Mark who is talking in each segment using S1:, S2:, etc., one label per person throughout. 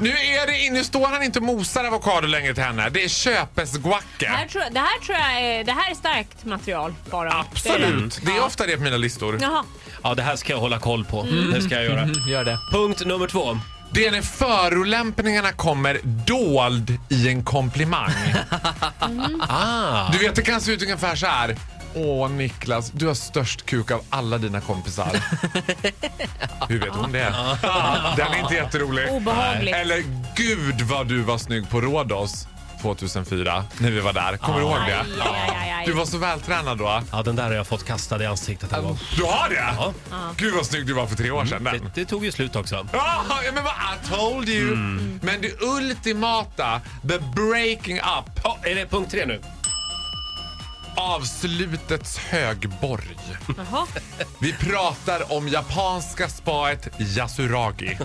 S1: Nu, är det, nu står han inte och mosar avokado längre till henne. Det är Köpes guacke.
S2: Det här tror, jag- det här tror jag är, det här är starkt material bara. Det är det.
S1: Absolut. Det är ofta det på mina listor.
S2: Jaha.
S3: Ja, det här ska jag hålla koll på. Det ska jag göra.
S4: Mm. Gör det.
S3: Punkt nummer två.
S1: Det är när förolämpningarna kommer dold i en komplimang.
S3: Ah,
S2: Mm.
S1: Du vet, det kan se ut ungefär så här. Åh Niklas, du har störst kuk av alla dina kompisar. Hur vet hon det? Den är inte jätterolig.
S2: Obehagligt.
S1: Eller gud vad du var snygg på Rhodos 2004 när vi var där. Kommer du ihåg det?
S2: Aj, aj, aj, aj.
S1: Du var så vältränad då.
S3: ja, den där har jag fått kastad i ansiktet en gång.
S1: Du har det? Gud vad snygg du var Mm, för tre år sedan.
S3: Det, det tog ju slut också.
S1: Ja, Ah, ja, men vad I told you. Men det ultimata, the breaking up,
S3: Ja, är det punkt tre nu?
S1: avslutets högborg.
S2: Jaha.
S1: Vi pratar om japanska spaet Yasuragi.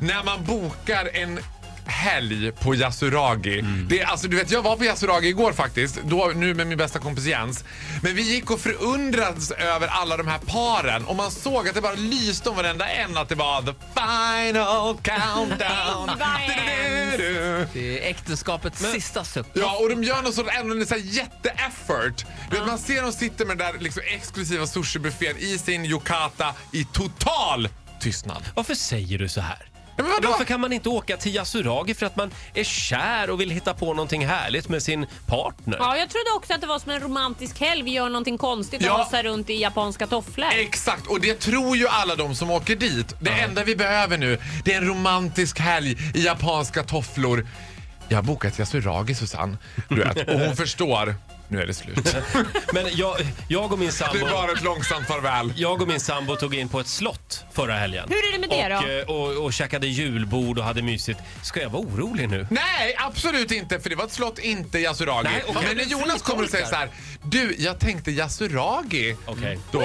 S1: När man bokar en helg på Yasuragi. Det, är- alltså, du vet, jag var på Yasuragi igår faktiskt, då, nu med min bästa kompis Jens. Men vi gick och förundrades över alla de här paren och man såg att det bara lyste om varenda en att det var the final countdown.
S2: Det var
S1: Du-du-du-du.
S4: Det är äktenskapets sista suck.
S1: Ja, och de gör någon sorts ändå en sån här jätte-effort. Du vet, Man ser dem sitta med den där liksom exklusiva sushibuffén i sin yukata i total tystnad.
S3: Varför säger du så här?
S1: Ja, men vadå?
S3: Varför kan man inte åka till Yasuragi för att man är kär och vill hitta på någonting härligt med sin partner?
S2: Ja, jag trodde också att det var som en romantisk helg. Vi gör någonting konstigt och
S1: Ja.
S2: hasar runt i japanska tofflor.
S1: Exakt, och det tror ju alla de som åker dit. Det enda vi behöver nu det är en romantisk helg i japanska tofflor. Jag har bokat Yasuragi, Susanne. Du vet. Och hon förstår. Nu är det slut.
S3: Men jag, jag och min
S1: Det
S3: sambo...
S1: är bara ett långsamt farväl.
S3: Jag och min sambo tog in på ett slott förra helgen.
S2: Hur är det med det
S3: och,
S2: då?
S3: eh, Och, och käkade julbord och hade mysigt. Ska jag vara orolig nu?
S1: Nej, absolut inte. För det var ett slott, inte Yasuragi.
S3: Nej, okej.
S1: Men när Jonas kommer och säger så här. Du, jag tänkte Yasuragi.
S2: Mm.
S3: Okej.
S1: Då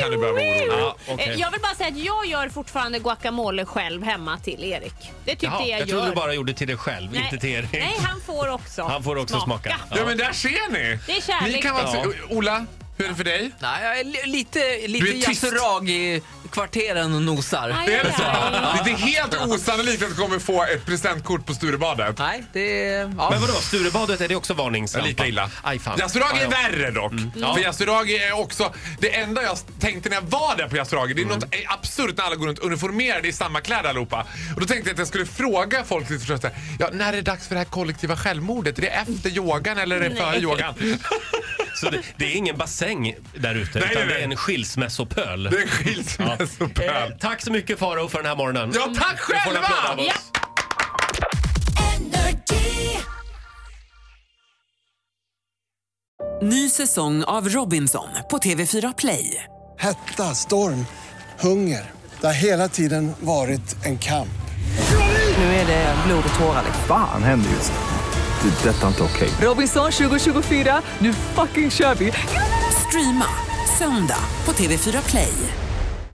S1: kan du börja vara orolig.
S3: Ja, okej.
S2: Eh, Jag vill bara säga att jag gör fortfarande guacamole själv hemma till Erik. Det tyckte
S1: Jaha,
S2: jag,
S3: Jag
S2: gör.
S3: trodde du bara gjorde till dig själv,
S2: Nej.
S3: inte till Erik.
S2: Nej, han får också
S3: Han får också smaka.
S1: Ja, men där ser ni.
S2: Det är kärlek.
S1: Ni kan vara
S3: Ja.
S1: så- Ola, hur är det för dig?
S4: Nej, jag är li- lite,
S1: Du är
S4: lite
S1: tyst.
S4: Yasuragi-kvarteren och nosar.
S2: Aj,
S1: Det är,
S2: aj,
S1: så.
S2: aj.
S1: det är helt osannolikt att du kommer få ett presentkort på Sturebadet.
S4: Nej, det är... Ja.
S3: Men vadå, Sturebadet är det också varningslampa?
S1: Lika illa.
S3: Aj fan.
S1: Yasuragi
S3: Ja,
S1: är
S3: ja.
S1: värre dock. För Yasuragi är också... Det enda jag tänkte när jag var där på Yasuragi, det är
S3: Mm.
S1: något absurt när alla går runt uniformerade i samma kläder allihopa. Och då tänkte jag att jag skulle fråga folk lite förstås, så här, ja, när är det dags för det här kollektiva självmordet? Är det efter yogan eller är det före yogan?
S3: Så det, det är ingen bassäng där ute,
S1: Nej,
S3: utan
S1: nej,
S3: det är
S1: nej.
S3: en skilsmässopöl.
S1: Det är skilsmässopöl.
S3: Eh, tack så mycket Faro för den här morgonen.
S1: Ja, tack
S3: Du får en
S1: själva!
S3: applåd av oss.
S2: Ja.
S5: Ny säsong av Robinson på TV4 Play.
S6: Hetta, storm, hunger. Det har hela tiden varit en kamp.
S7: Nu är det blod och tårar.
S8: Fan händer just nu. Det. är Detta är inte okej.
S7: Robinson 2024, nu fucking kör vi!
S5: Streama söndag på TV4 Play.